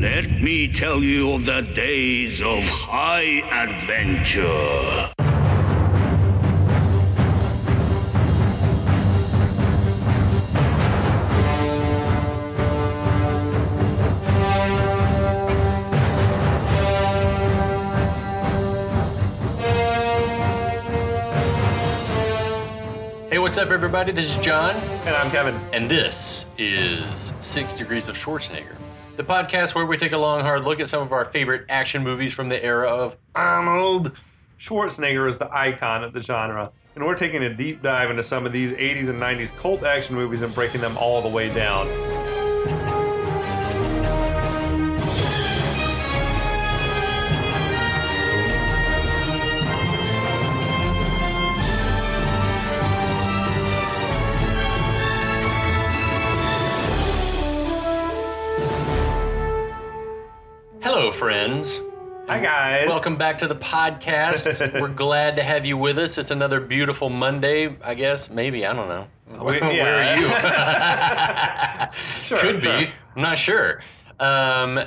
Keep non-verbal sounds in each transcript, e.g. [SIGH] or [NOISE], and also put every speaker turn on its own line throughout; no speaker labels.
Let me tell you of the days of high adventure.
Hey, what's up, everybody? This is John,
And I'm Kevin.
and this is Six Degrees of Schwarzenegger, the podcast where we take a long, hard look at some of our favorite action movies from the era of Arnold.
Schwarzenegger is the icon of the genre, and we're taking a deep dive into some of these 80s and 90s cult action movies and breaking them all the way down.
Hello, friends.
Hi, guys.
Welcome back to the podcast.
[LAUGHS]
We're glad to have you with us. It's another beautiful Monday, I guess. Maybe. I don't know. Where are you?
[LAUGHS]
[LAUGHS]
Sure,
Could
sure.
be. I'm not sure. Um,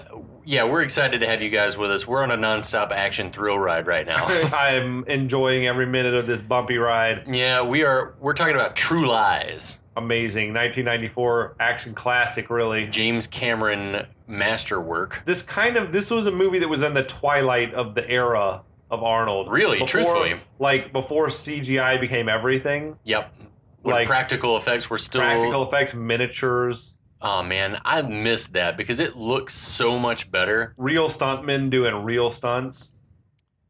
yeah, we're excited to have you guys with us. We're on a nonstop action thrill ride right
[LAUGHS]
now.
I'm enjoying every minute of this bumpy ride.
yeah, we are. We're talking about True Lies,
Amazing. 1994 action classic, really.
James Cameron masterwork.
This kind of this was a movie that was in the twilight of the era of Arnold.
Really, truthfully.
like before CGI became everything.
Yep. When
Like-
practical effects were still.
Practical effects, miniatures,
Oh man, I missed that because it looks so much better.
real stuntmen doing real stunts.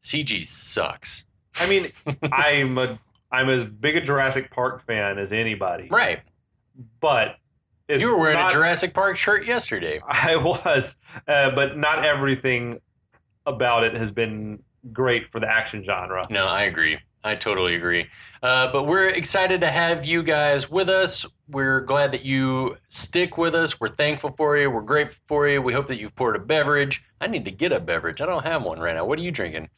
CG sucks.
I mean, I'm a I'm as big a Jurassic Park fan as anybody.
Right.
But it's
you were wearing
not,
a Jurassic Park shirt yesterday.
[LAUGHS] I was, uh, but not everything about it has been great for the action genre.
No, I agree. I totally agree. Uh, but we're excited to have you guys with us. We're glad that you stick with us. We're thankful for you. We're grateful for you. We hope that you've poured a beverage. I need to get a beverage. I don't have one right now. What are you drinking?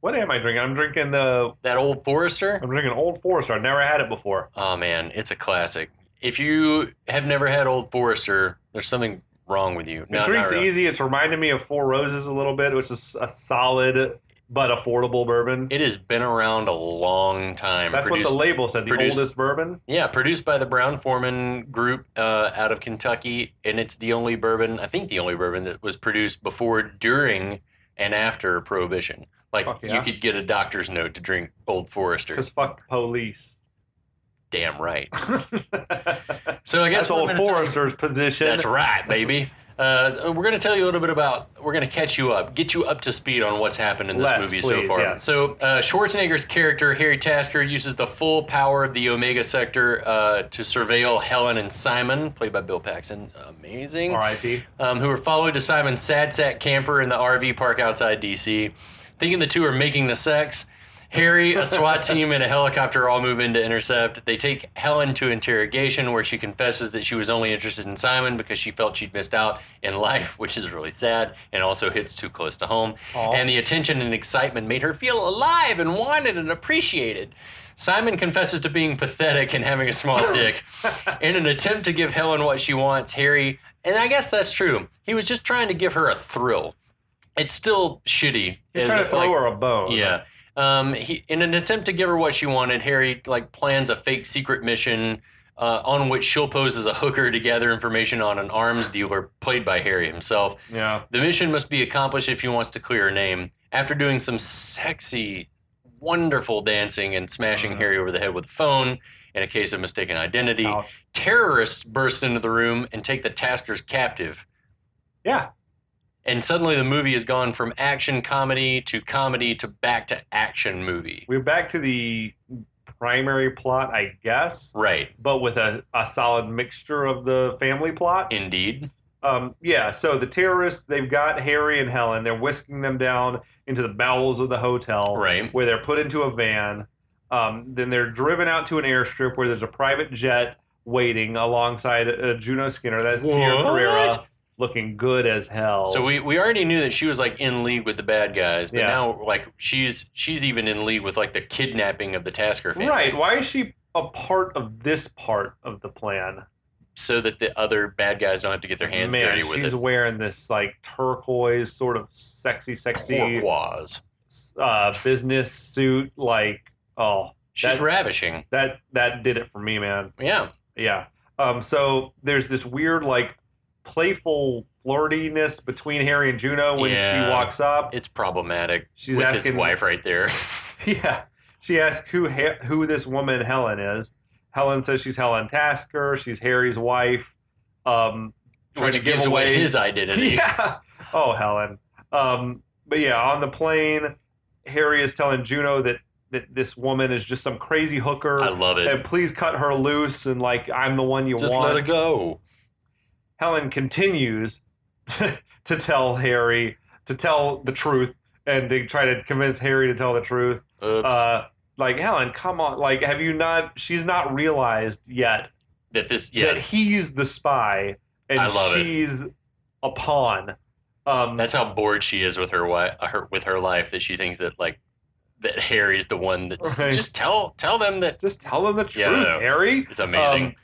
What am I drinking? I'm drinking the
That old Forester?
I'm drinking Old Forester. I've never had it before.
Oh man, it's a classic. If you have never had Old Forester, there's something wrong with you. No,
it drinks
not really.
easy. It's reminding me of Four Roses a little bit, which is a solid but affordable bourbon.
It has been around a long time.
That's
produced,
what the label said. The
produced-
oldest bourbon.
yeah, produced by the Brown Foreman Group uh, out of Kentucky, and it's the only bourbon, I think, the only bourbon that was produced before, during, and after Prohibition. Like
Fuck
you
yeah.
could get a doctor's note to drink Old Forester.
Because fuck the police. [LAUGHS]
Damn right.
That's
So I guess we're
Old
gonna-
Forester's position.
That's right, baby. Uh, so we're going to tell you a little bit about, we're going to catch you up, get you up to speed on what's happened in this
Let's,
movie so
please,
far.
yes.
So, uh, Schwarzenegger's character, Harry Tasker, uses the full power of the Omega Sector uh, to surveil Helen and Simon, played by Bill Paxton. Amazing
[LAUGHS] R.I.P.
um, who are followed to Simon's sad sack camper in the RV park outside DC. Thinking the two are making the sex, Harry, a SWAT team, and a helicopter all move in to intercept. They take Helen to interrogation, where she confesses that she was only interested in Simon because she felt she'd missed out in life, [LAUGHS] which is really sad and also hits too close to home.
Aw.
And the attention and excitement made her feel alive and wanted and appreciated. Simon confesses to being pathetic and having a small dick. In an attempt to give Helen what she wants, Harry, and I guess that's true, he was just trying to give her a thrill. It's still shitty.
He's
as-
trying to throw
like-
her a bone.
Yeah. Um, he, in an attempt to give her what she wanted, Harry like plans a fake secret mission uh, on which she'll pose as a hooker to gather information on an arms dealer played by Harry himself.
Yeah.
The mission must be accomplished if she wants to clear her name. After doing some sexy, wonderful dancing and smashing
Mhm.
Harry over the head with a phone in a case of mistaken identity,
Ouch.
terrorists burst into the room and take the taskers captive.
Yeah.
And suddenly the movie has gone from action comedy to comedy to back to action movie.
We're back to the primary plot, I guess,
Right.
but with a, a solid mixture of the family plot.
Indeed.
Um, yeah, so the terrorists, they've got Harry and Helen. They're whisking them down into the bowels of the hotel
Right.
where they're put into a van. Um, then they're driven out to an airstrip where there's a private jet waiting alongside uh, Juno Skinner. That's Tia
What?
Carrera looking good as hell.
So we, we already knew that she was like in league with the bad guys, but
Yeah.
now like she's she's even in league with like the kidnapping of the Tasker family.
Right. Why is she a part of this part of the plan?
so that the other bad guys don't have to get their hands
Man,
dirty with
she's
it.
wearing this like turquoise sort of sexy, sexy
Turquoise.
uh, business suit. Like, oh,
She's
That-
ravishing.
that that did it for me, man.
Yeah.
Yeah. Um. So there's this weird like playful flirtiness between Harry and Juno when
Yeah.
she walks up.
It's problematic.
She's
with
asking
his wife right there.
[LAUGHS] Yeah. She asks who ha- who this woman Helen is. Helen says she's Helen Tasker. She's Harry's wife. Um,
Which gives away
[LAUGHS]
his identity.
Yeah. Oh, Helen. Um, but yeah, on the plane, Harry is telling Juno that that this woman is just some crazy hooker.
I love it.
and please cut her loose and like I'm the one you
Just
want.
let it go.
Helen continues [LAUGHS] to tell Harry to tell the truth and to try to convince Harry to tell the truth.
Oops.
Uh, like Helen, come on! Like, have you not? She's not realized yet
that this, yeah,
that he's the spy and
I love it.
she's a pawn. Um,
that's how bored she is with her, wi- uh, her with her life that she thinks that like that Harry's the one that [LAUGHS]
Right.
just tell tell them that
just tell them the truth,
Yeah, I know.
Harry.
it's amazing.
Um,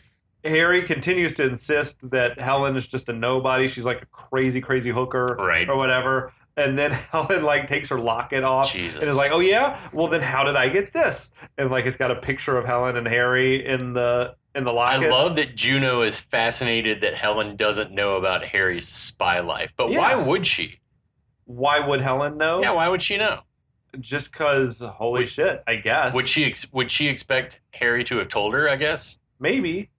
Harry continues to insist that Helen is just a nobody. She's like a crazy, crazy hooker
right.
Um, or whatever. And then [LAUGHS] Helen like takes her locket off
Jesus.
and is like, "Oh yeah, well then how did I get this?" And like it's got a picture of Helen and Harry in the in the
I
locket.
love that Juno is fascinated that Helen doesn't know about Harry's spy life. But
Yeah. Oh.
why would she?
Why would Helen know?
Yeah, why would she know?
just because holy
Would-
shit i guess
Would she ex- would she expect Harry to have told her, I guess?
maybe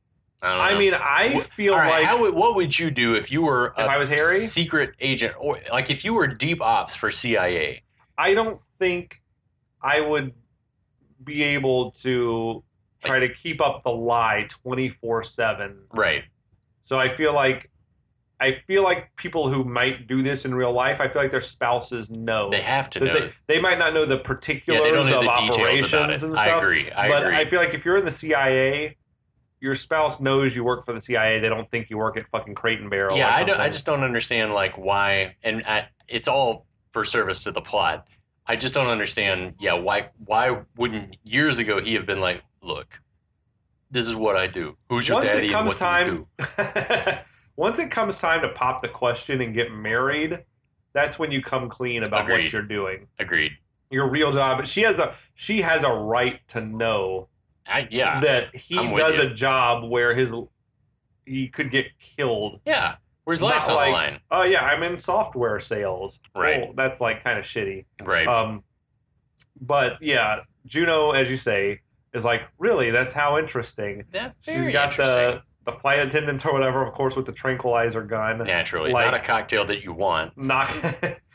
I don't know.
i mean i
Wh-
feel
All right,
like
how Uh, would, what would you do if you were
if i was harry
secret agent or like if you were deep ops for CIA?
i don't think i would be able to try to keep up the lie 24-7
Right.
so i feel like i feel like people who might do this in real life i feel like their spouses know
They have to
That
know.
they, they might not know the particulars
yeah, they don't know
of
the
operations
details about it.
and stuff
I agree. I
but
agree.
I feel like if you're in the CIA, your spouse knows you work for the CIA. They don't think you work at fucking Crate and Barrel. or
yeah, I, don't, I
something.
just don't understand like why, and I, it's all for service to the plot. I just don't understand. Yeah, why? Why wouldn't years ago he have been like, look, this is what I do. Who's your
Once it
daddy? and
comes
what do you
time-
do?
[LAUGHS] Once it comes time to pop the question and get married, that's when you come clean about
Agreed.
what you're doing.
Agreed.
Your real job. She has a she has a right to know
I, yeah.
that he
Ah, I'm with
does
you.
a job where his he could get killed.
yeah. Where's
Not
life's on
like-
the line?
Oh yeah, I'm in software sales.
Right.
Oh, that's like kind of shitty.
Right.
Um, but yeah, Juno, as you say, is like really that's how interesting.
That's
She's
very
got
interesting.
the the flight attendant or whatever, of course, with the tranquilizer gun,
Naturally, not a
like-
cocktail that you want.
knock,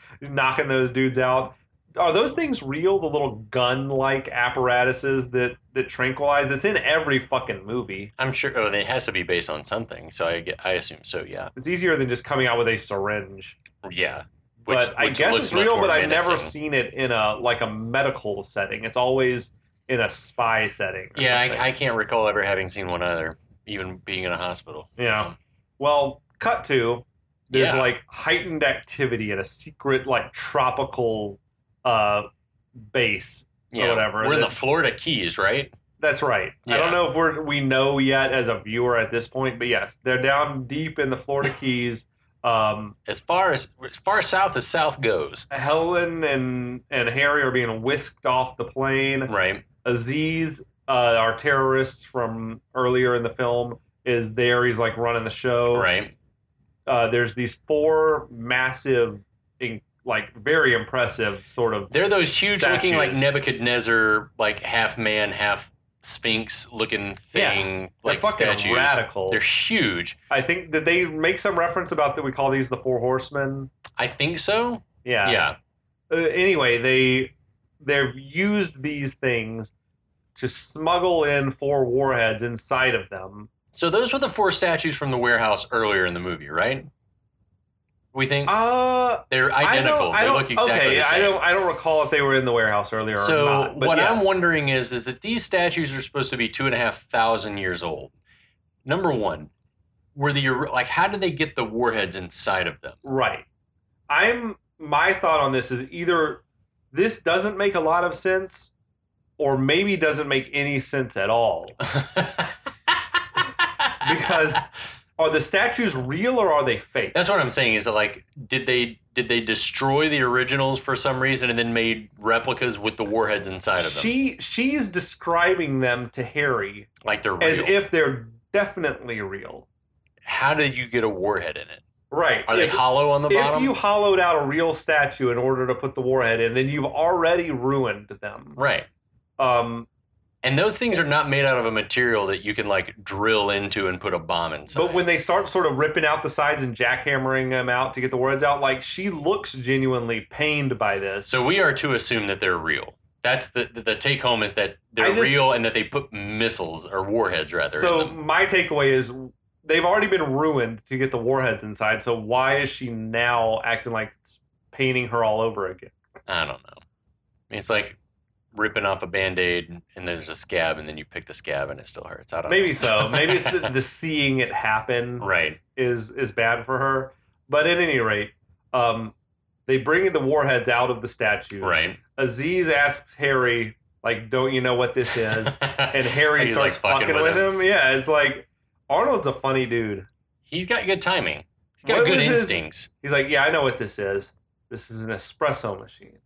[LAUGHS] knocking those dudes out. Are those things real? The little gun-like apparatuses that that tranquilize? It's in every fucking movie.
I'm sure. Oh, it has to be based on something. So I, get- I assume so. Yeah.
It's easier than just coming out with a syringe.
Yeah. Which,
But I
which
guess
looks
it's
much
real.
more
But I've never
menacing.
seen it in a like a medical setting. It's always in a spy setting. or
Yeah,
something.
I, I can't recall ever having seen one either, even being in a hospital.
Yeah.
Um,
Well, cut to there's
Yeah.
like heightened activity at a secret like tropical uh base.
yeah.
whatever.
We're in the
That-
Florida Keys, right?
That's right. I
Yeah.
don't know if we're we know yet as a viewer at this point, but yes, they're down deep in
[LAUGHS]
the Florida Keys. Um,
As far as as far south as south goes,
Helen and and Harry are being whisked off the plane.
right?
Aziz, uh, our terrorist from earlier in the film, is there. He's like running the show.
Right.
uh, there's these four massive, in, like very impressive sort of.
They're those huge looking like
Statues.
Nebuchadnezzar, like half man, half sphinx looking thing,
They're
like
fucking
statues.
radical.
They're huge.
I think that they make some reference about that we call these the four horsemen.
I think so.
Yeah.
yeah.
Uh, anyway, they they've used these things to smuggle in four warheads inside of them.
So those were the four statues from the warehouse earlier in the movie, right? We think
Uh,
they're identical.
I don't, I don't,
they look exactly
okay,
the same.
I don't I don't recall if they were in the warehouse earlier
so
or not. but
what I'm
yes.
wondering is, is that these statues are supposed to be two and a half thousand years old. Number one, were the like how did they get the warheads inside of
[LAUGHS]
them?
Right. I'm my thought on this is either this doesn't make a lot of sense
[LAUGHS]
or maybe doesn't make any sense at all. because are the statues real or are they fake?
That's what I'm saying is that like did they did they destroy the originals for some reason and then made replicas with the warheads inside of them?
She she's describing them to Harry
like they're real.
as if they're definitely real.
How do you get a warhead in it?
Right.
Are they
If-
hollow on the
if
bottom?
you hollowed out a real statue in order to put the warhead in, then you've already ruined them.
right.
Um,
And those things are not made out of a material that you can like drill into and put a bomb inside.
but when they start sort of ripping out the sides and jackhammering them out to get the words out, like she looks genuinely pained by this.
so we are to assume that they're real. That's the the, the take home is that they're
I just-
real and that they put missiles or warheads rather. in
so
them.
my takeaway is they've already been ruined to get the warheads inside. So why is she now acting like it's painting her all over again?
I don't know. I mean, it's like ripping off a band aid and there's a scab and then you pick the scab and it still hurts. I don't
Maybe
know.
so.
[LAUGHS]
Maybe it's the, [LAUGHS] the seeing it happen.
Uh, Right.
is is bad for her. But at any rate, um, they bring the warheads out of the statues.
Right.
Aziz asks Harry, like, "Don't you know what this is?" And Harry
He's, like,
starts fucking, with him. Yeah, it's like Arnold's a funny dude.
[LAUGHS] He's got good timing. He's got
What
good
was his-
instincts.
He's like, "Yeah, I know what this is. This is an espresso machine.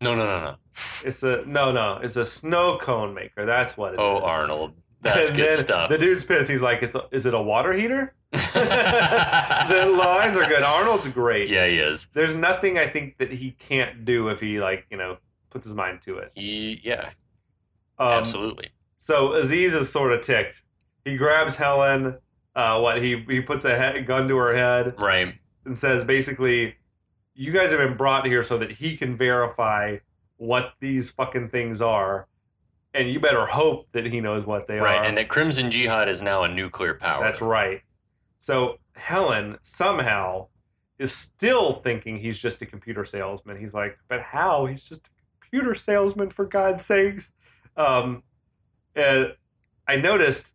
No, no, no, no.
It's a no, no. It's a snow cone maker. That's what it is.
Oh, Arnold. That's
[LAUGHS] And
good
then
stuff.
The dude's pissed. He's like, "It's a, is it a water heater?" [LAUGHS]
[LAUGHS]
the lines are good. Arnold's great.
Yeah, he is.
there's nothing I think that he can't do if he like you know puts his mind to it.
He, yeah,
Um,
absolutely.
So Aziz is sort of ticked. He grabs Helen. Uh, what he he puts a he- gun to her head
Right.
and says basically, "You guys have been brought here so that he can verify what these fucking things are, and you better hope that he knows what they
Right.
are."
And that Crimson Jihad is now a nuclear power.
That's right. So Helen somehow is still thinking he's just a computer salesman. He's like, but how? He's just a computer salesman for God's sakes. Um, and I noticed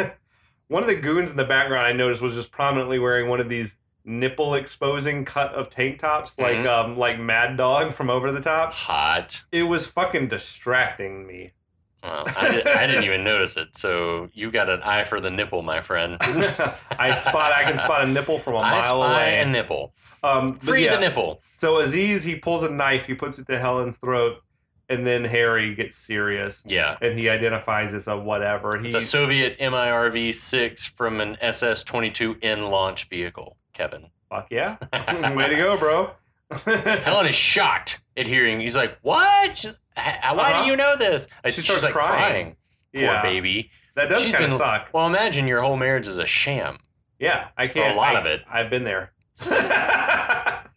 [LAUGHS] one of the goons in the background I noticed was just prominently wearing one of these nipple exposing cut of tank tops like
Mhm.
um like mad dog from over the top
Hot.
it was fucking distracting me [LAUGHS]
Well, I, did, I didn't even notice it. So you got an eye for the nipple, my friend.
[LAUGHS] i spot i can spot a nipple from
[LAUGHS]
a
I
mile
spy
away
a nipple.
um but
Free
yeah.
the nipple.
So Aziz, he pulls a knife, he puts it to Helen's throat, and then Harry gets serious
Yeah.
and he identifies as a whatever. He,
It's a Soviet MIRV 6 from an SS 22N launch vehicle, Kevin.
fuck
[LAUGHS]
yeah. [LAUGHS] Way to go, bro.
Helen is shocked at hearing. He's like, What? She's- h- Why
Uh-huh.
do you know this? And
She
she's
starts
like
crying.
crying.
[LAUGHS] yeah.
Poor baby.
That does
She's
kind of
been-
suck.
Well, imagine your whole marriage is a sham.
Yeah, I can't.
lot
I-
of it.
I've been there.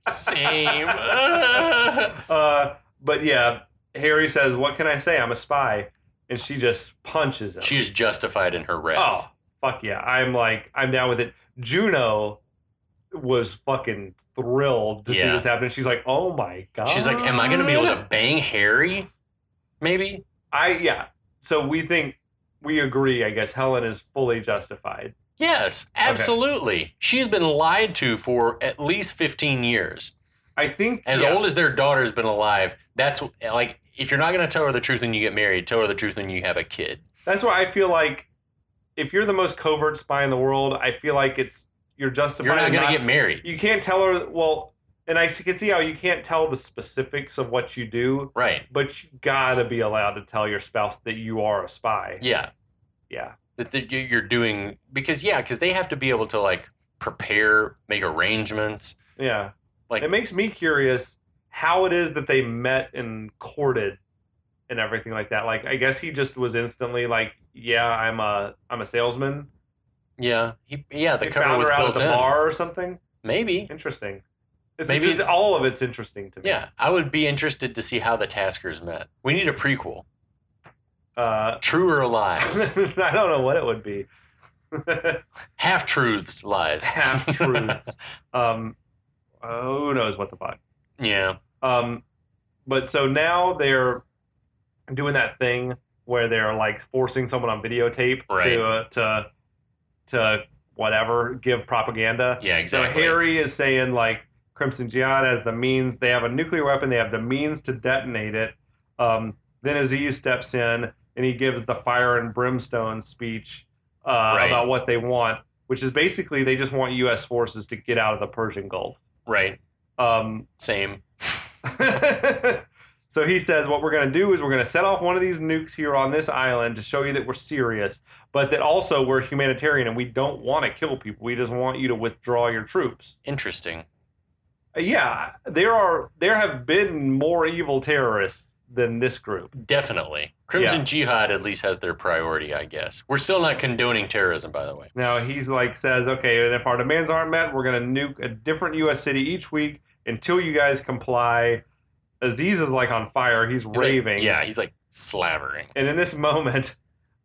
Same.
[LAUGHS] uh, but yeah, Harry says, What can I say? I'm a spy. And she just punches
[LAUGHS]
him.
she is justified in her
Oh,
wrath.
fuck yeah. I'm like, I'm down with it. Juno was fucking thrilled to see
Yeah.
this happen. She's like, oh my God.
She's like, Am I going to be able to bang Harry? Maybe.
I, yeah. So we think, we agree, I guess. Helen is fully justified.
Yes, absolutely. She's been lied to for at least 15 years.
I think.
as
yeah,
old as their daughter's been alive, that's like if you're not going to tell her the truth when you get married, tell her the truth when you have a kid.
That's why I feel like if you're the most covert spy in the world, I feel like it's, you're justified.
you're not
in
going to get married,
You can't tell her, well, and I can see how you can't tell the specifics of what you do,
right?
but you gotta be allowed to tell your spouse that you are a spy.
Yeah,
Yeah.
that that you- you're doing because yeah, because they have to be able to like prepare, make arrangements.
Yeah.
Like-
it makes me curious how it is that they met and courted and everything like that. Like I guess he just was instantly like, Yeah, I'm a I'm a salesman.
Yeah, he, yeah, the
He
cover
found
was
her out at
built
the
in.
bar or something.
Maybe.
Interesting. It's
Maybe-
just all of it's interesting to me.
Yeah, I would be interested to see how the Taskers met. We need a prequel,
Uh [LAUGHS]
True or Lies,
I don't know what it would be. [LAUGHS]
Half Truths, Lies, [LAUGHS]
Half truths. um who knows what the fuck.
yeah,
Um, but so now they're doing that thing where they're like forcing someone on videotape
Right.
to uh, to to whatever give propaganda.
yeah, exactly.
So Harry is saying like Crimson Jihad has the means. They have a nuclear weapon. They have the means to detonate it. Um, then Aziz steps in and he gives the fire and brimstone speech uh,
Right.
about what they want, which is basically they just want U.S. forces to get out of the Persian Gulf.
Right.
Um,
Same.
[LAUGHS] so he says, What we're going to do is we're going to set off one of these nukes here on this island to show you that we're serious, but that also we're humanitarian and we don't want to kill people. We just want you to withdraw your troops.
Interesting.
Uh, Yeah, there are there have been more evil terrorists than this group.
Definitely. Crimson Jihad at least has their priority, I guess. We're still not condoning terrorism, by the way.
Now he's like says, okay, and if our demands aren't met, we're going to nuke a different U.S. city each week until you guys comply. Aziz is like on fire. He's,
He's like-
raving.
yeah, he's like slavering.
And in this moment,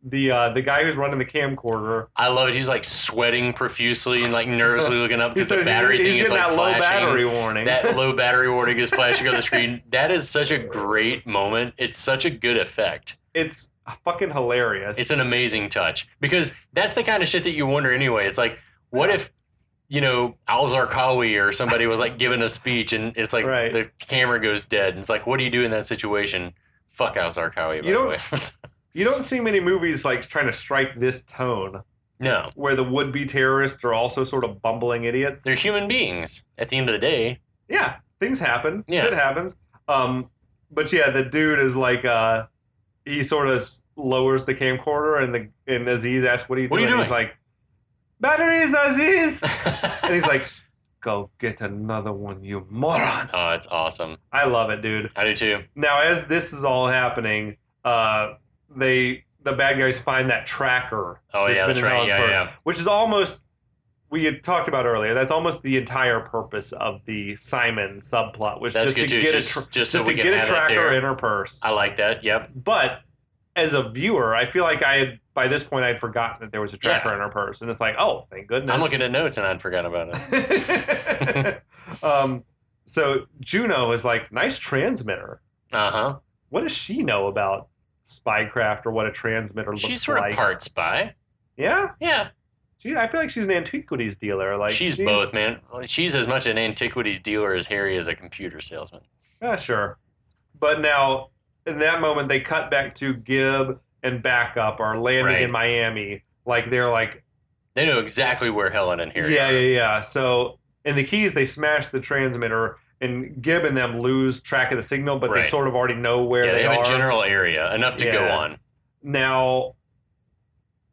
the uh, the guy who's running the camcorder,
I love it. He's like sweating profusely and like nervously
[LAUGHS]
looking up
he
because
says
the battery
he's,
thing
he's
is
getting
like
that low
flashing.
battery warning.
that
[LAUGHS]
low battery warning is flashing on the screen. That is such a great moment. It's such a good effect.
it's fucking hilarious.
It's an amazing touch because that's the kind of shit that you wonder anyway. It's like, what if, you know, Al Zarqawi or somebody was like giving a speech and it's like
Right.
the camera goes dead and it's like, what do you do in that situation? Fuck Al Zarqawi, by
You
the
don't-
way. [LAUGHS]
you don't see many movies like trying to strike this tone
no,
where the would be terrorists are also sort of bumbling idiots.
they're human beings at the end of the day. [LAUGHS]
yeah, things happen.
Yeah.
Shit happens. Um, but yeah, the dude is like, uh, he sort of lowers the camcorder, and the and Aziz asks, "What are you
What are
doing?"
you
He's like, "Batteries, Aziz," and
oh,
he's like, "Go get another one, you moron."
Oh, it's awesome.
I love it, dude.
I do too.
Now, as this is all happening, uh, they the bad guys find that tracker,
Oh,
It's
yeah,
been
that's
in
right.
Alan's
Yeah,
purse.
yeah.
which is almost we had talked about earlier. That's almost the entire purpose of the Simon subplot, was
That's
just to
good too.
get
Just,
a tra-
just so
just
we
to
can
get a
have it
tracker
there.
in her purse.
I like that. Yep.
But as a viewer, I feel like I had by this point I had forgotten that there was a tracker
Yeah.
in her purse, and it's like, oh, thank goodness.
I'm looking at notes and I'd forgotten about it.
[LAUGHS] um, so Juno is like, nice transmitter.
Uh huh.
what does she know about spycraft or what a transmitter looks
She's sort
like?
of part spy.
yeah,
Yeah,
she, I feel like she's an antiquities dealer. Like
she's, both, man. She's as much an antiquities dealer as Harry is a computer salesman.
Yeah, sure. But now, in that moment, they cut back to Gibb and backup are landing
Right.
in Miami. Like they're like,
They know exactly where Helen and Harry.
yeah,
are.
yeah, yeah. So in the keys, they smash the transmitter, and Gibb and them lose track of the signal, but
Right.
they sort of already know where
Yeah,
they,
they have
are.
a general area enough to go
Yeah.
on.
Now,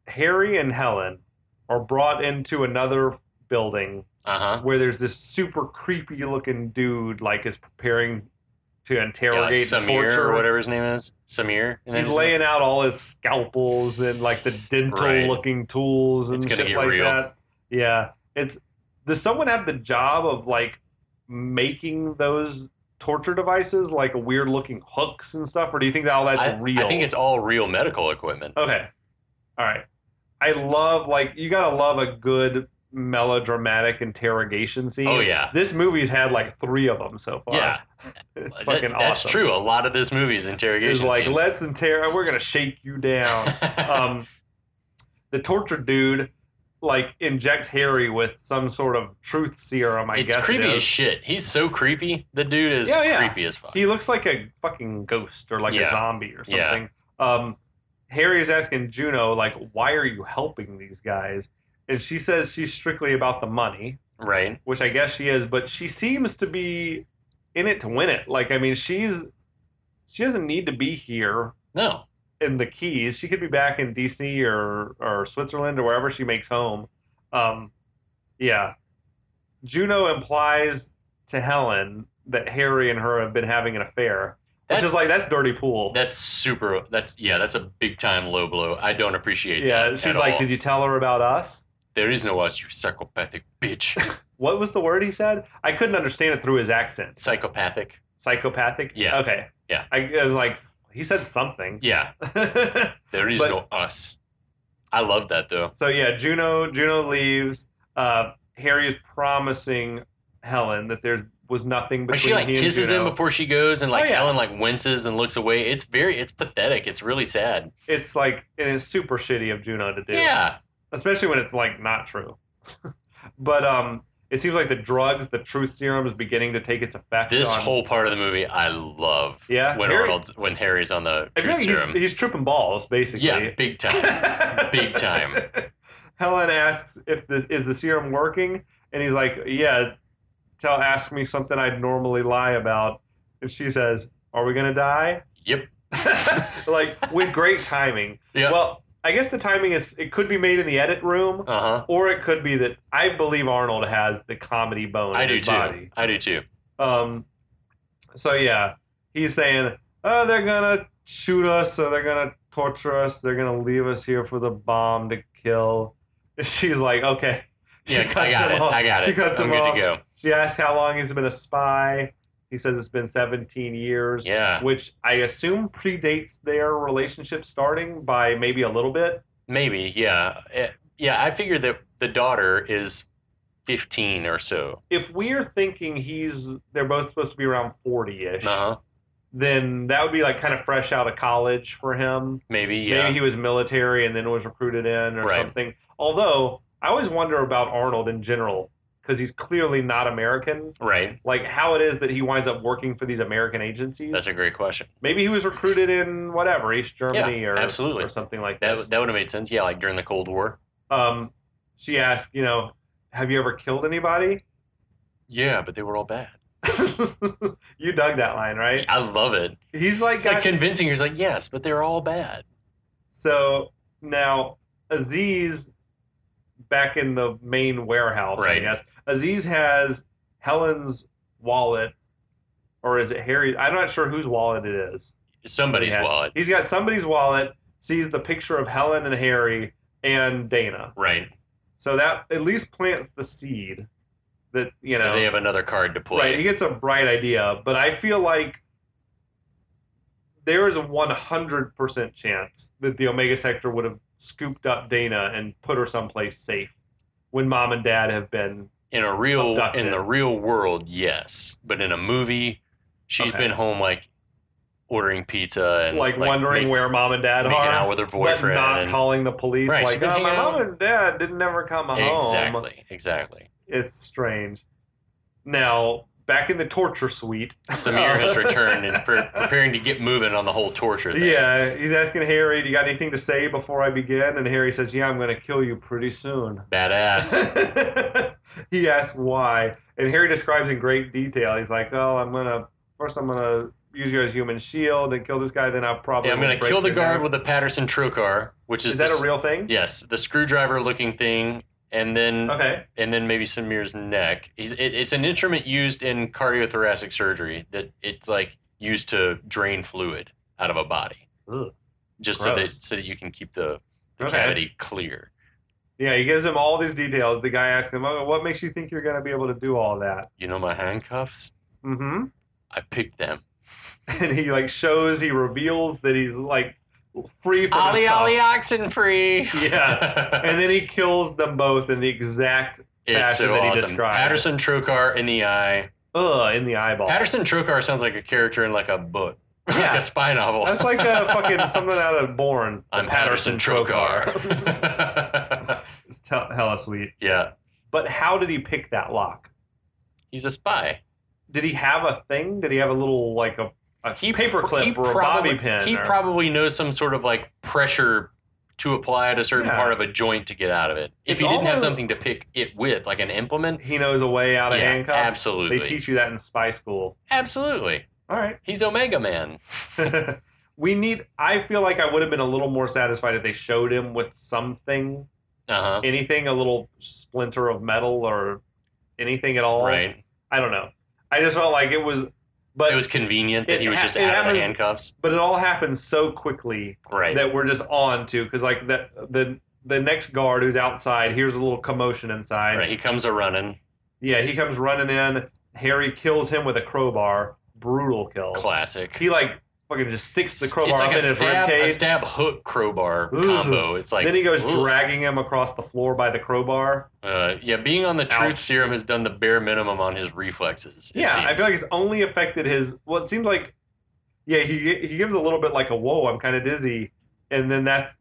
Harry and Helen are brought into another building
Uh huh.
where there's this super creepy looking dude like is preparing to
Yeah, like
interrogate and
Samir
torture.
or whatever his name is. Samir. And
He's
then-
laying out all his scalpels and like the dental
Right.
looking tools and
It's gonna
shit
get
like
real.
that. Yeah. It's does someone have the job of like making those torture devices like weird looking hooks and stuff? Or do you think that all that's
I, I
real?
think it's all real medical equipment.
Okay. All right. I love like you gotta love a good melodramatic interrogation scene.
Oh yeah.
This movie's had like three of them so far.
Yeah,
[LAUGHS] it's
That-
fucking
that's
awesome.
true. A lot of this movie's
It's
interrogation
like
scenes. [LAUGHS]
let's inter. We're gonna shake you down. um, the torture dude like injects Harry with some sort of truth serum. I
it's
guess
creepy
it
as
is.
shit. He's so creepy. The dude is
Yeah, yeah.
creepy as fuck.
He looks like a fucking ghost or like a
Yeah.
zombie or
Yeah.
something. Um, Harry is asking Juno like, why are you helping these guys? And she says she's strictly about the money,
right.
which I guess she is, but she seems to be in it to win it. Like, I mean, she's she doesn't need to be here
No.
in the Keys. She could be back in DC or or Switzerland or wherever she makes home. Um, yeah, Juno implies to Helen that Harry and her have been having an affair,
That's
which is like that's dirty pool.
That's super. That's yeah. That's a big time low blow. I don't appreciate that.
yeah, she's like, did you tell her about us?
There is no us, you psychopathic bitch.
[LAUGHS] What was the word he said? I couldn't understand it through his accent.
psychopathic.
Psychopathic.
Yeah.
Okay.
Yeah.
I, I was like, he said something.
Yeah, there is
But-
no us. I love that though.
[LAUGHS] So yeah, Juno Juno leaves. Uh, Harry is promising Helen that there was nothing
But
between
she like
he and
kisses him
Juno.
before she goes, and like
Oh, yeah.
Helen like winces and looks away. It's very, it's pathetic. It's really sad.
It's like and it's super shitty of Juno to do,
Yeah,
especially when it's like not true. [LAUGHS] but um, it seems like the drugs, the truth serum, is beginning to take its effect.
this
on,
whole part of the movie I love.
Yeah,
when
Harry-
Arnold's when Harry's on the
I
truth
feel like
serum.
[LAUGHS] he's, he's tripping balls basically.
yeah, big time. Big time.
Helen asks if the is the serum working, and he's like, "Yeah." Tell ask me something I'd normally lie about, and she says, "Are we gonna die?" [LAUGHS]
Yep.
like with great timing.
Yeah.
Well, I guess the timing is it could be made in the edit room,
Uh huh.
or it could be that I believe Arnold has the comedy bone
I
in
do
his
too.
body.
I do too.
Um, so yeah, he's saying, "Oh, they're gonna shoot us, or they're gonna torture us, they're gonna leave us here for the bomb to kill." [LAUGHS] She's like, "Okay." She
Yeah, I
cuts
got
him
it.
off.
I got it.
She cuts
I'm
him
good
off.
to go.
She asks how long he's been a spy. He says it's been 17 years,
Yeah.
which I assume predates their relationship starting by maybe a little bit.
Maybe, yeah. Eh, Yeah, I figure that the daughter is 15 or so.
If we're thinking he's they're both supposed to be around 40-ish,
Uh-huh.
then that would be like kind of fresh out of college for him.
Maybe, yeah.
Maybe he was military and then was recruited in or
Right.
something. Although I always wonder about Arnold in general because he's clearly not American.
right.
Like how it is that he winds up working for these American agencies.
That's a great question.
Maybe he was recruited in whatever East Germany
Yeah,
or
absolutely.
or something like
That
that.
that would have made sense. Yeah, like during the Cold War.
Um, she asked, you know, have you ever killed anybody? [LAUGHS]
Yeah, but they were all bad.
you dug that line, right?
I love it.
He's like,
It's like
got-
convincing you're like, yes, but they're all bad.
so now Aziz back in the main warehouse, I
Right.
guess. Aziz has Helen's wallet, or is it Harry? I'm not sure whose wallet it is.
Somebody's
Yeah.
wallet.
He's got somebody's wallet, sees the picture of Helen and Harry and Dana.
Right.
So that at least plants the seed that, you know,
They have another card to play.
Right, he gets a bright idea, but I feel like there is a 100% chance that the Omega Sector would have scooped up Dana and put her someplace safe when mom and dad have been.
in a real
Abducted.
in the real world, yes. But in a movie, she's
Okay.
been home like ordering pizza and
like, wondering
make-
where mom and dad
making out
are,
with her
but
boyfriend.
not
and-
calling the police.
Right, she's
like,
been
oh, my
hanging
mom
out."
and dad didn't ever come home.
exactly. Exactly.
It's strange. Now, back in the torture suite,
Samir
[LAUGHS]
has returned and is pre- preparing to get moving on the whole torture thing.
Yeah, he's asking Harry, "Do you got anything to say before I begin?" And Harry says, "Yeah, I'm going to kill you pretty soon." [LAUGHS]
Badass.
he asks why, and Harry describes in great detail. He's like, "Oh, I'm going to first, I'm going to use you as human shield and kill this guy. Then I'll probably
Yeah, I'm gonna
break
kill the
your
guard
neck."
with a Patterson trocar, which is,
Is that
the,
a real thing?
yes, the screwdriver looking thing, and then
Okay.
and then maybe Samir's neck. He's- it- It's an instrument used in cardiothoracic surgery that it's like used to drain fluid out of a body,
Ugh.
just so that
Gross.
so that you can keep the, the
Okay.
cavity clear.
Yeah, he gives him all these details. The guy asks him, "Oh, what makes you think you're going to be able to do all that?"
You know my handcuffs?
Mm-hmm. [LAUGHS]
I picked them.
And he like shows, he reveals that he's like free from his
Ollie Ollie
cuffs.
oxen free.
Yeah. and then he kills them both in the exact
[LAUGHS] it's
fashion
so
that he
awesome.
described.
Patterson trocar in the eye.
ugh uh, in the eyeball.
Patterson trocar sounds like a character in like a book, [LAUGHS] like
Yeah.
a spy novel.
That's like
[LAUGHS]
a fucking something out of Born.
I'm
The
Patterson, trocar.
[LAUGHS] it's te- hella sweet.
[LAUGHS] yeah,
But how did he pick that lock?
he's a spy.
Did he have a thing? Did he have a little like a, a
he pr-
paperclip
he
or a
probably-
bobby pin?
He
or-
probably knows some sort of like pressure to apply at a certain
Yeah.
part of a joint to get out of it. If
It's
he didn't have
almost-
something to pick it with, like an implement,
he knows a way out of
yeah,
handcuffs.
absolutely,
They teach you that in spy school.
absolutely.
All right. [LAUGHS]
He's Omega Man.
we need. I feel like I would have been a little more satisfied if they showed him with something,
Uh
anything, a little splinter of metal or anything at
huh.
all.
Right.
I don't know. I just felt like it was, but
It was convenient that
It
he was
ha-
just
it
out of the
happens-
handcuffs.
but it all happened so quickly
Right.
that we're just on to because like that the the next guard who's outside hears a little commotion inside.
right. He comes a running.
Yeah, he comes running in. Harry kills him with a crowbar. Brutal kill.
Classic.
He like fucking just sticks the
It's
crowbar
like
up
a
in his
stab, a
ribcage.
stab hook crowbar
Ooh.
combo. It's like
then he goes
ooh.
dragging him across the floor by the crowbar.
Uh, yeah, being on the truth
Ouch.
serum has done the bare minimum on his reflexes. it
Yeah, I
seems.
feel like it's only affected his. Well, it seems like, yeah, he he gives a little bit like a whoa, I'm kind of dizzy, and then that's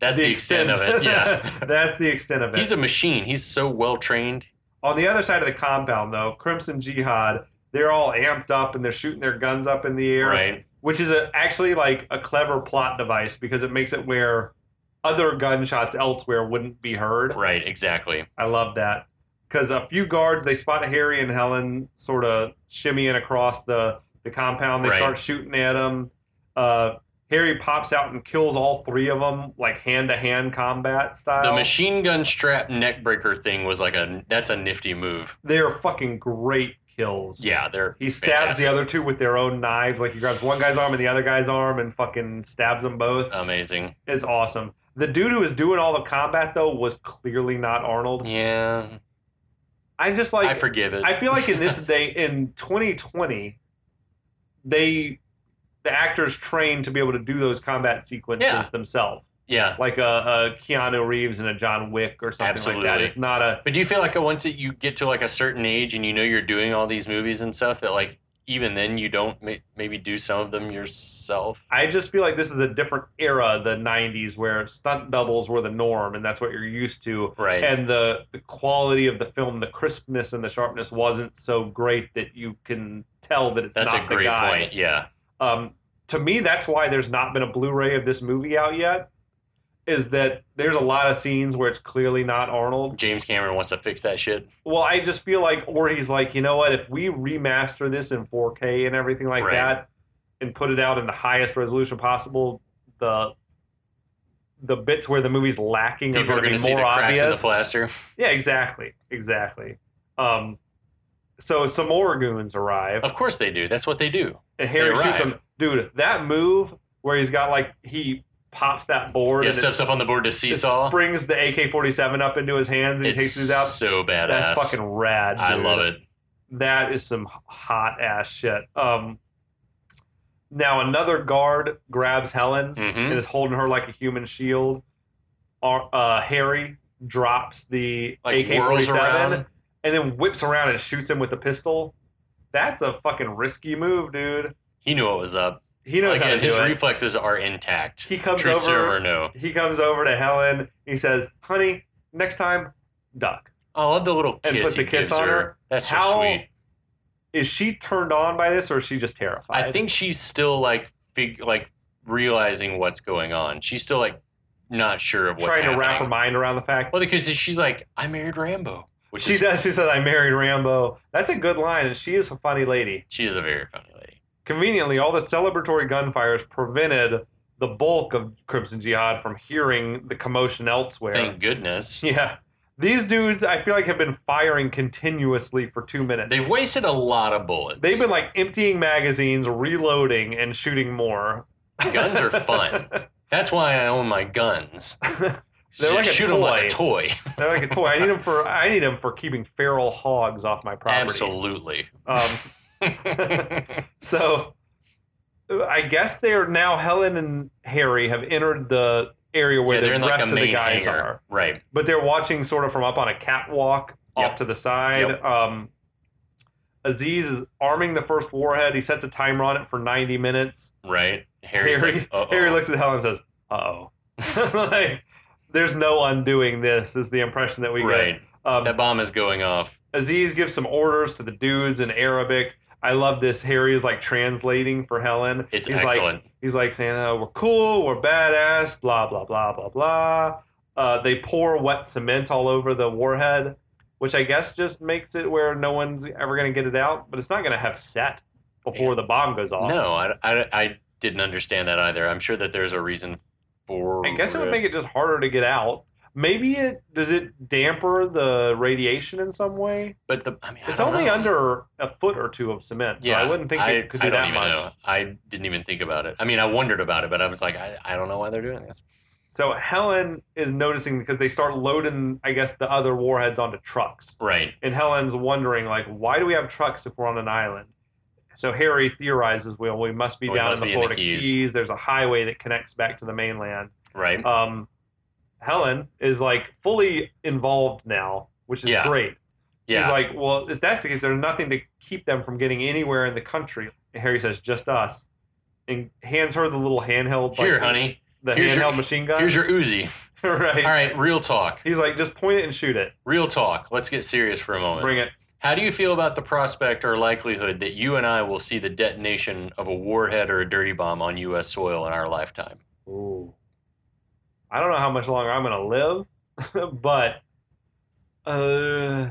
that's the, extent, of it. Yeah,
[LAUGHS] that's the extent of it.
he's a machine. He's so well trained.
On the other side of the compound, though, Crimson Jihad, they're all amped up and they're shooting their guns up in the air,
Right.
which is a, actually like a clever plot device because it makes it where other gunshots elsewhere wouldn't be heard.
Right, exactly.
I love that. Because a few guards, they spot Harry and Helen sort of shimmying across the, the compound. They
Right.
start shooting at them. Uh, Harry pops out and kills all three of them, like hand to hand combat style.
The machine gun strap neck breaker thing was like a that's a nifty move.
they are fucking great kills.
Yeah, they're
He stabs
fantastic.
the other two with their own knives. Like he grabs one guy's arm and the other guy's arm and fucking stabs them both.
amazing.
It's awesome. The dude who was doing all the combat though was clearly not Arnold.
Yeah,
I'm just like
I forgive it.
I feel like in this day in 2020, they the actors trained to be able to do those combat sequences
Yeah.
themselves,
yeah,
like a, a Keanu Reeves and a John Wick or something like that.
Absolutely.
It's not a
but do you feel like once it- you get to like a certain age and you know you're doing all these movies and stuff that like even then you don't ma- maybe do some of them yourself?
I just feel like this is a different era, the 90s, where stunt doubles were the norm, and that's what you're used to.
Right.
And the, the quality of the film, the crispness and the sharpness wasn't so great that you can tell that it's
that's a
not the
great
guy.
point. Yeah.
Um, to me, that's why there's not been a Blu-ray of this movie out yet. Is that there's a lot of scenes where it's clearly not Arnold.
James Cameron wants to fix that shit.
Well, I just feel like, or he's like, you know what? If we remaster this in 4K and everything like
Right.
that, and put it out in the highest resolution possible, the the bits where the movie's lacking
People
are
are
going
going
to
to see
be
the
more
cracks in the
obvious.
plaster.
yeah, exactly, exactly. Um, so some more goons arrive.
Of course they do. That's what they do.
and Harry
They
shoots
arrive.
him. Dude, that move where he's got like he pops that board
Yeah,
and
steps
it,
up on the board to
it
seesaw.
springs the AK forty seven up into his hands and
It's
he takes these out.
so badass.
That's fucking rad.
I
dude.
love it.
That is some hot ass shit. Um, now another guard grabs Helen
hmm
and is holding her like a human shield. Ar- Uh, Harry drops the
Like
AK forty
whirls
seven
around.
and then whips around and shoots him with the pistol. That's a fucking risky move, dude.
He knew what was up.
He knows how
Again,
to do
his
it.
reflexes are intact.
He comes
Truth
over.
serum or no?
He comes over to Helen. He says, "Honey, next time, duck."
I love the little kiss
And puts
he
a kiss
gives
on her.
That's
How-
so sweet.
Is she turned on by this, or is she just terrified?
I think she's still like fig- like realizing what's going on. She's still like not sure of what's
trying to
happening.
wrap her mind around the fact
Well, because she's like, I married Rambo, which
she
is
does. She says, "I married Rambo." That's a good line, and she is a funny lady.
she is a very funny lady.
Conveniently, all the celebratory gunfires prevented the bulk of Crimson Jihad from hearing the commotion elsewhere.
Thank goodness.
[LAUGHS] Yeah, these dudes, I feel like, have been firing continuously for two minutes.
They've wasted a lot of bullets.
They've been like emptying magazines, reloading, and shooting more.
guns are
[LAUGHS]
fun. That's why I own my guns.
They're like a
shoot 'em like a toy.
They're like a toy. I need them for I need 'em for keeping feral hogs off my [LAUGHS] property. [LAUGHS]
Absolutely.
Um, [LAUGHS] so uh, I guess they are now. Helen and Harry have entered the area where
yeah, they're
the
in like
rest
a
of the
main
guys
hangar.
are,
Right.
but they're watching sort of from up on a catwalk off
Yep.
to the side.
Yep.
Um, Aziz is arming the first warhead. He sets a timer on it for ninety minutes.
Right. Harry's
Harry,
like, "Uh-oh."
Harry looks at Helen and says, "Uh oh." [LAUGHS] like, there's no undoing this. Is the impression that we
right.
get. Um,
That bomb is going off.
Aziz gives some orders to the dudes in Arabic. I love this. Harry is like translating for Helen.
It's
he's Like,
excellent.
he's like saying, oh, "We're cool. We're badass." Blah blah blah blah blah. Uh, they pour wet cement all over the warhead, which I guess just makes it where no one's ever going to get it out. But it's not going to have set before the bomb goes off.
no, I, I, I didn't understand that either. I'm sure that there's a reason for.
I guess it would make it just harder to get out. Maybe it does it damper the radiation in some way.
But the, I mean, I
It's
don't
only
know.
under a foot or two of cement, so
yeah,
I wouldn't think
I,
it could do
I don't
that
even
much.
Know. I didn't even think about it. I mean, I wondered about it, but I was like, I, I don't know why they're doing this.
So Helen is noticing because they start loading, I guess, the other warheads onto trucks.
Right.
And Helen's wondering, like, why do we have trucks if we're on an island? So Harry theorizes, well, we must be
We
down
Oh, must
in the
be in the
Florida
Keys.
Keys. There's a highway that connects back to the mainland.
Right.
Um, Helen is like fully involved now, which is
Yeah.
great. She's
yeah.
like, well, if that's the case, there's nothing to keep them from getting anywhere in the country. And Harry says, just us, and hands her the little handheld, like,
Here, honey.
the
Here's
handheld
your-
machine gun.
Here's your Uzi.
[LAUGHS] right.
All right. Real talk.
He's like, just point it and shoot it.
Real talk. Let's get serious for a moment.
Bring it.
How do you feel about the prospect or likelihood that you and I will see the detonation of a warhead or a dirty bomb on U.S. soil in our lifetime?
Ooh. I don't know how much longer I'm going to live, [LAUGHS] but uh,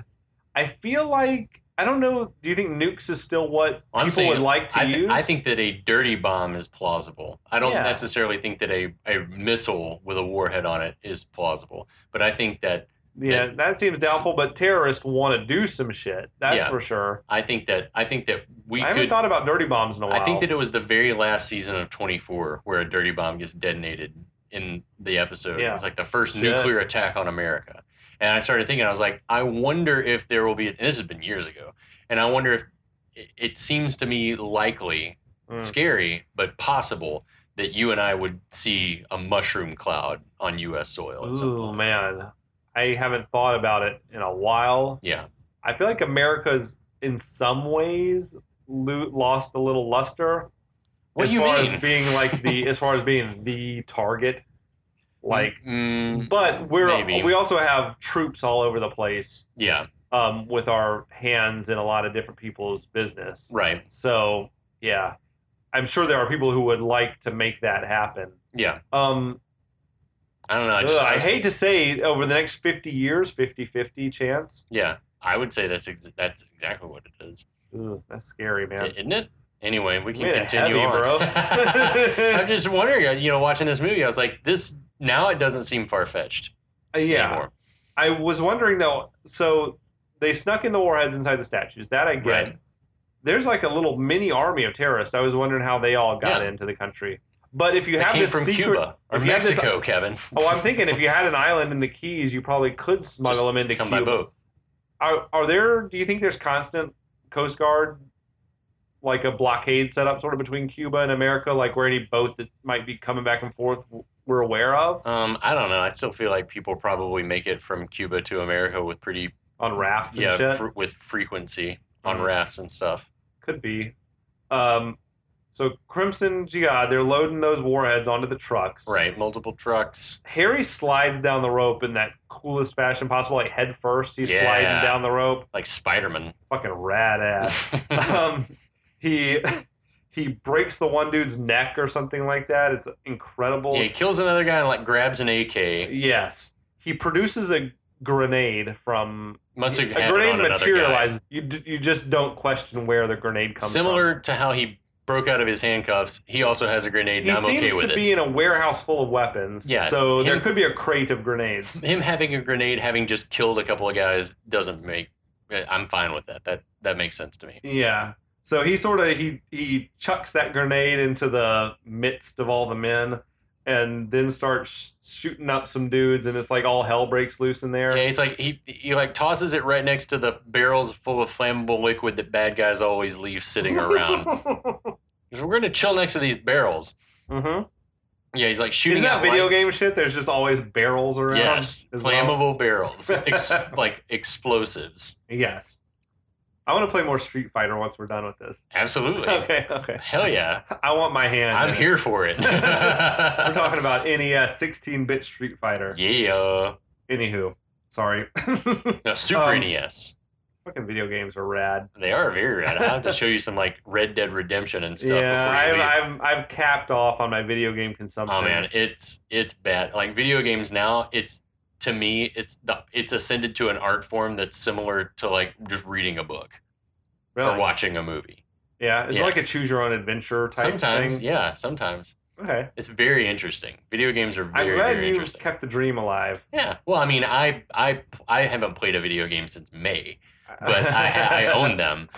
I feel like I don't know. Do you think nukes is still what
I'm
people
saying-
would like to
I, thi-
use?
I think that a dirty bomb is plausible. I don't
Yeah.
necessarily think that a, a missile with a warhead on it is plausible, but I think that
yeah, that seems doubtful. But terrorists want to do some shit. That's
Yeah.
for sure.
I think that I think that we
I haven't
could.
thought about dirty bombs in a while.
I think that it was the very last season of 24 where a dirty bomb gets detonated in the episode.
Yeah.
It's like the first
Shit.
nuclear attack on America. And I started thinking, I was like, I wonder if there will be, and this has been years ago, and I wonder if it, it seems to me likely,
Mm.
scary, but possible that you and I would see a mushroom cloud on U.S. soil. at some
Ooh
point.
man, I haven't thought about it in a while.
Yeah.
I feel like America's in some ways lo- lost a little luster.
What
as
do you
far
mean?
as being like the
[LAUGHS]
as far as being the target, like.
Mm,
But we're
Maybe.
we also have troops all over the place
yeah,
um, with our hands in a lot of different people's business.
right.
So yeah, I'm sure there are people who would like to make that happen.
Yeah.
Um,
I don't know. I
ugh, I,
just, was-
hate to say over the next 50 years, 50-50 chance.
Yeah. I would say that's ex- that's exactly what it is.
Ugh, that's scary, man.
I- isn't it? Anyway, we can
Made it
continue
heavy,
on. [LAUGHS]
bro. [LAUGHS]
I'm just wondering, uh, you know, watching this movie, I was like, this now it doesn't seem far fetched
yeah.
anymore.
I was wondering though. So they snuck in the warheads inside the statues. That I get.
Right.
There's like a little mini army of terrorists. I was wondering how they all got
Yeah.
into the country. But if you
It
have
came
this
from
secret,
Cuba or
if you have this-
Mexico,
[LAUGHS]
Kevin.
oh, I'm thinking if you had an island in the Keys, you probably could smuggle them into
Come
Cuba.
by boat.
Are, are there? Do you think there's constant Coast Guard, like a blockade set up sort of between Cuba and America, like where any boat that might be coming back and forth w- we're aware of
Um, I don't know. I still feel like people probably make it from Cuba to America with pretty
on rafts and
yeah
shit?
fr- with frequency on
Mhm.
rafts and stuff.
Could be. Um, so Crimson Jihad, they're loading those warheads onto the trucks.
Right, multiple trucks.
Harry slides down the rope in that coolest fashion possible, like head first. He's
Yeah.
sliding down the rope.
Like Spider Man.
Fucking rad
[LAUGHS]
ass. um, he [LAUGHS] he breaks the one dude's neck or something like that. It's incredible.
he kills another guy and like grabs an AK.
[LAUGHS] Yes. He produces a grenade from
Must
a
have had it
grenade
on another guy.
materializes. You d- you just don't question where the grenade comes from.
Similar to how he broke out of his handcuffs, he also has a grenade,
He
and I'm
seems
okay with
to
it.
be in a warehouse full of weapons.
Yeah,
So there
him-
could be a crate of grenades.
Him having a grenade, having just killed a couple of guys, doesn't make. eh, I'm fine with that. That that makes sense to me.
Yeah. So he sort of he he chucks that grenade into the midst of all the men, and then starts sh- shooting up some dudes, and it's like all hell breaks loose in there.
Yeah, he's like he he like tosses it right next to the barrels full of flammable liquid that bad guys always leave
[LAUGHS]
sitting around. He's, We're gonna chill next to these barrels.
hmm
Yeah, he's like shooting
Isn't that
out
video
lights.
game shit? There's just always barrels around.
Yes,
as well?
flammable
[LAUGHS]
barrels, Ex- like explosives.
Yes. I want to play more Street Fighter once we're done with this.
Absolutely.
Okay. Okay.
Hell
[LAUGHS]
yeah,
I want my hand. in
I'm
it.
here for it. [LAUGHS]
We're talking about E NES 16-bit Street Fighter.
Yeah.
Anywho, sorry. [LAUGHS]
No, Super
Um,
NES.
Fucking video games are rad.
They are very rad. I'll have to show you some like Red Dead Redemption and stuff
yeah,
before you leave.
I've, I've, I've capped off on my video game consumption.
oh man, it's it's bad. Like video games now, it's to me, it's the it's ascended to an art form that's similar to like just reading a book or
Really?
watching a movie.
Yeah, it's
Yeah.
like a choose your own adventure type
sometimes,
thing.
yeah, sometimes.
Okay.
It's very interesting. Video games are
I'm
very,
glad
very
you
interesting.
kept the dream alive.
yeah. Well, I mean, I I I haven't played a video game since May, but I, I
[LAUGHS]
own them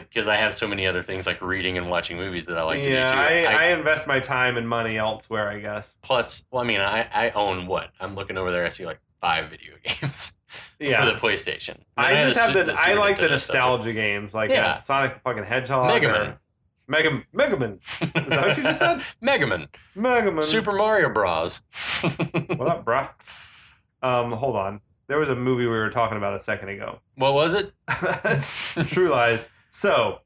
because I, have so many other things like reading and watching movies that I like to do
yeah,
too.
I, I invest my time and money elsewhere, I guess.
Plus, well, I mean, I, I own what? I'm looking over there. I see like five video [LAUGHS] games
Yeah.
for the PlayStation. And
I
had
just
a
have
Su-
the,
a
I
Super
like the
Nintendo stuff, too.
nostalgia games, like
Yeah.
uh, Sonic the fucking Hedgehog,
Mega Man.
or Mega Mega Man. Is that what you just said?
[LAUGHS] Mega Man,
Mega Man.
Super Mario Bros. [LAUGHS]
What up, bruh? Um, hold on. There was a movie we were talking about a second ago. [LAUGHS]
what was it?
True Lies. So,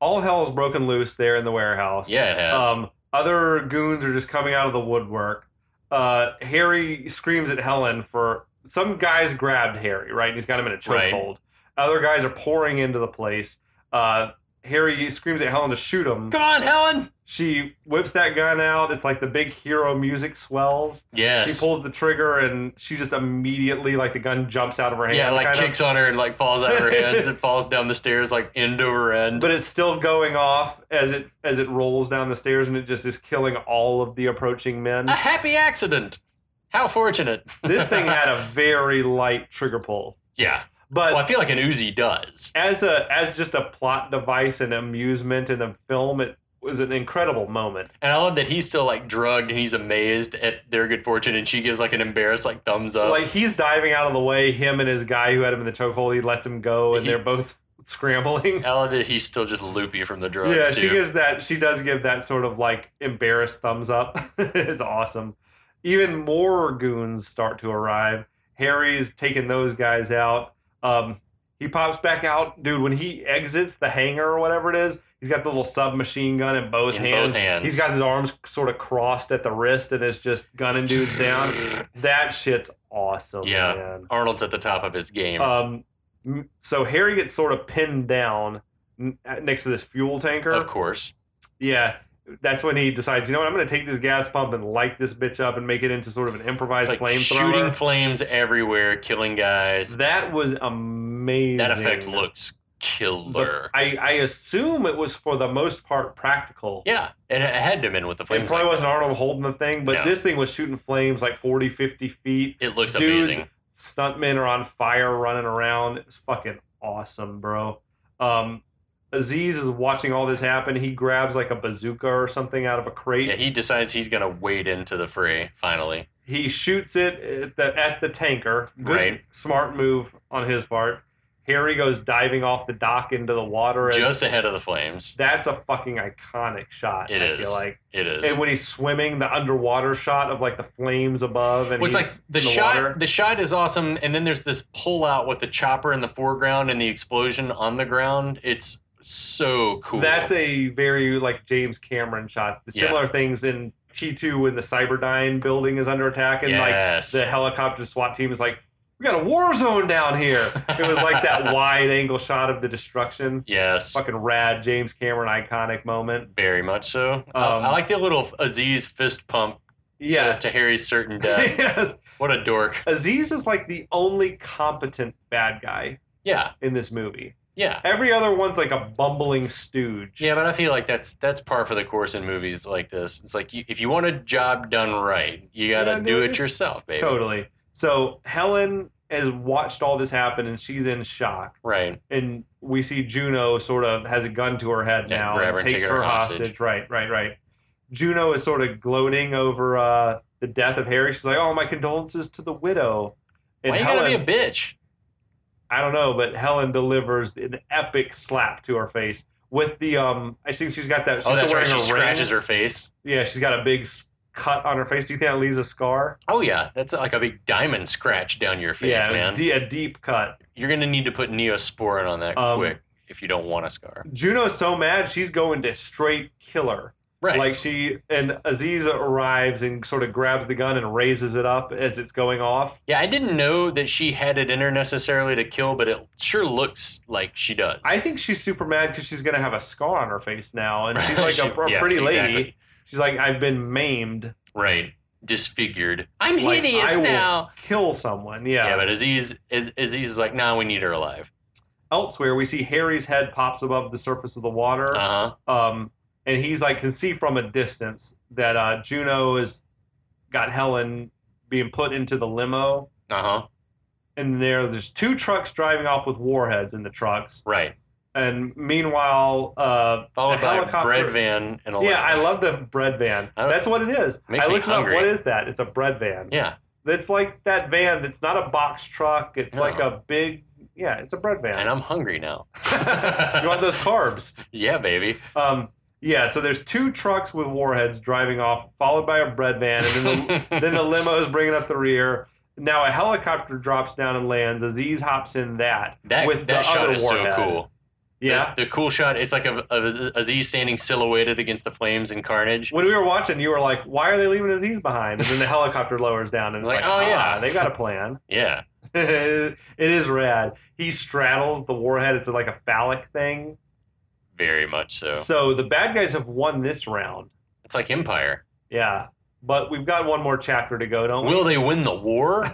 all hell's broken loose there in the warehouse.
Yeah, it has.
Um, other goons are just coming out of the woodwork. Uh, Harry screams at Helen for some guys grabbed Harry, right? And he's got him in a chokehold.
Right.
Other guys are pouring into the place. Uh, Harry screams at Helen to shoot him.
Come on, Helen.
She whips that gun out. It's like the big hero music swells.
Yes.
She pulls the trigger and she just immediately like the gun jumps out of her hand.
Yeah, like
kind of.
kicks on her and like falls out of
[LAUGHS]
her hands and falls down the stairs like end over end.
But it's still going off as it as it rolls down the stairs and it just is killing all of the
[LAUGHS]
approaching men.
a happy accident. How fortunate.
[LAUGHS] this thing had a very light trigger pull.
[LAUGHS] yeah.
But
Well, I feel like an Uzi does.
as a as just a plot device and amusement in a film, it was an incredible moment.
And I love that he's still like drugged and he's amazed at their good fortune and she gives like an embarrassed like thumbs up.
like he's diving out of the way, him and his guy who had him in the chokehold, he lets him go and
He-
they're both [LAUGHS] scrambling.
I love that he's still just loopy from the drugs.
Yeah,
too.
she gives that she does give that sort of like embarrassed thumbs up. [LAUGHS] it's awesome. Even more goons start to arrive. Harry's taking those guys out. Um, he pops back out, dude. When he exits the hangar or whatever it is, he's got the little submachine gun in both
In both
hands.
hands.
He's got his arms sort of crossed at the wrist and is just gunning dudes
[LAUGHS]
down. That shit's awesome,
Yeah.
man.
Arnold's at the top of his game.
Um, m- so Harry gets sort of pinned down n- next to this fuel tanker.
of course.
Yeah, that's when he decides. You know what? I'm going to take this gas pump and light this bitch up and make it into sort of an improvised
Like shooting
flamethrower.
flames everywhere, killing guys.
That was amazing.
That effect looks killer.
But I, I assume it was for the most part practical.
yeah, it, it had to have been with the
It
flames.
probably
like
wasn't Arnold holding the thing, but
No.
this thing was shooting flames like 40, 50 feet.
that. it looks
Dudes-
amazing.
Stuntmen are on fire running around. It's fucking awesome, bro. Um, Aziz is watching all this happen. He grabs like a bazooka or something out of a crate.
Yeah, he decides he's gonna wade into the fray finally.
he shoots it at the, at the tanker. Good,
Right.
Smart move on his part. Harry goes diving off the dock into the water. as-
Just ahead of the flames.
that's a fucking iconic shot.
It
I
is.
Feel like,
It is.
and when he's swimming, the underwater shot of like the flames above, and
Well, it's like
he's
the,
in the
shot.
water.
The shot is awesome, and then there's this pull out with the chopper in the foreground and the explosion on the ground. It's so cool.
That's a very like James Cameron shot. The
Yeah.
similar things in T two when the Cyberdyne building is under attack, and like
yes.
the helicopter SWAT team is like, "We got a war zone down here." it was
[LAUGHS]
like that wide angle shot of the destruction.
yes.
fucking rad James Cameron iconic moment.
Very much so. I-
Um,
I like the little Aziz fist pump to-
Yes.
to, Harry's certain death.
[LAUGHS] yes.
what a dork.
Aziz is like the only competent bad guy
Yeah,
in this movie.
yeah,
Every other one's like a bumbling stooge.
yeah. But I feel like that's that's par for the course in movies like this. It's like you, if you want a job done right, you gotta
gotta
do
do
it
it
yourself, baby.
Totally. So Helen has watched all this happen and she's in shock.
Right.
And we see Juno sort of has a gun to her head
Yeah,
now
grab her
and
and
takes
take her
her
hostage.
hostage. Right, right, right. Juno is sort of gloating over uh, the death of Harry. She's like, "Oh, my condolences to the widow." And
Why you
Helen,
gotta be a bitch?
I don't know, but Helen delivers an epic slap to her face with the um. I think she's got that. She's
Oh, that's
still
right.
wearing
She
her ring.
scratches her face.
Yeah, she's got a big s- cut on her face. Do you think that leaves a scar?
Oh yeah, that's like a big diamond scratch down your face,
yeah, it was
man.
de- a deep cut.
You're gonna need to put neosporin on that
Um,
quick if you don't want a scar.
Juno's so mad she's going to straight kill her.
Right.
Like she and Aziza arrives and sort of grabs the gun and raises it up as it's going off.
yeah, I didn't know that she had it in her necessarily to kill, but it sure looks like she does.
I think she's super mad because she's gonna have a scar on her face now, and
[LAUGHS]
she's like
She-
a, a
yeah,
pretty lady.
exactly.
She's like, I've been maimed.
Right. Disfigured. I'm
Like,
hideous
I will-
now.
Kill someone.
Yeah, but Aziz, Az- Aziz is like, nah, we need her alive.
elsewhere we see harry's head pops above the surface of the water
Uh huh.
um, and he's like can see from a distance that uh, juno has got helen being put into the limo
Uh huh.
and there there's two trucks driving off with warheads in the trucks
Right.
and meanwhile uh,
Followed
The
by a
helicopter-
bread van and a
yeah
lamp.
i love the bread van
Oh, I-
that's what it is
Makes
i
me
looked it up
hungry.
what is that it's a bread van
Yeah.
it's like that van that's not a box truck it's
No.
like a big yeah it's a bread van
And I'm hungry now.
[LAUGHS] you
[LAUGHS]
want those carbs
yeah, baby.
Um, yeah, so there's two trucks with warheads driving off, followed by a bread van, and then
[LAUGHS]
the, then the limo is bringing up the rear. Now a helicopter drops down and lands. Aziz hops in that,
That,
with
that
the
shot
other
is
warhead.
so cool.
Yeah.
The, the cool shot, it's like a, a, a Z standing silhouetted against the flames and carnage.
When we were watching, you were like, "Why are they leaving Aziz behind?" And then the helicopter lowers down, and it's
Like,
like,
oh, yeah."
ah, they got a plan." [LAUGHS]
Yeah.
it is rad. He straddles the warhead. It's like a phallic thing.
Very much so.
So the bad guys have won this round.
It's like Empire.
Yeah. But we've got one more chapter to go, don't we?
Will they win the
[LAUGHS]
war?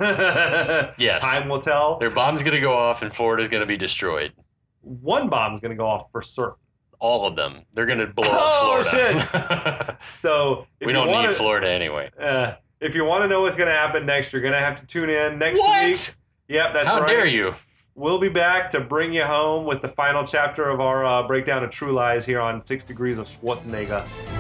Yes.
Oh, Time will tell.
Their bomb's going to go off and Florida's going to be destroyed.
One bomb's going to go off for certain. [LAUGHS]
All of them. They're going to blow
Oh,
up [LAUGHS] Florida.
So if
we
you
don't
wanna,
need Florida anyway.
uh, if you want to know what's going to happen next, you're going to have to tune in next
what?
week. Yep, that's
How
right.
dare you?
We'll be back to bring you home with the final chapter of our uh, breakdown of True Lies here on Six Degrees of Schwarzenegger.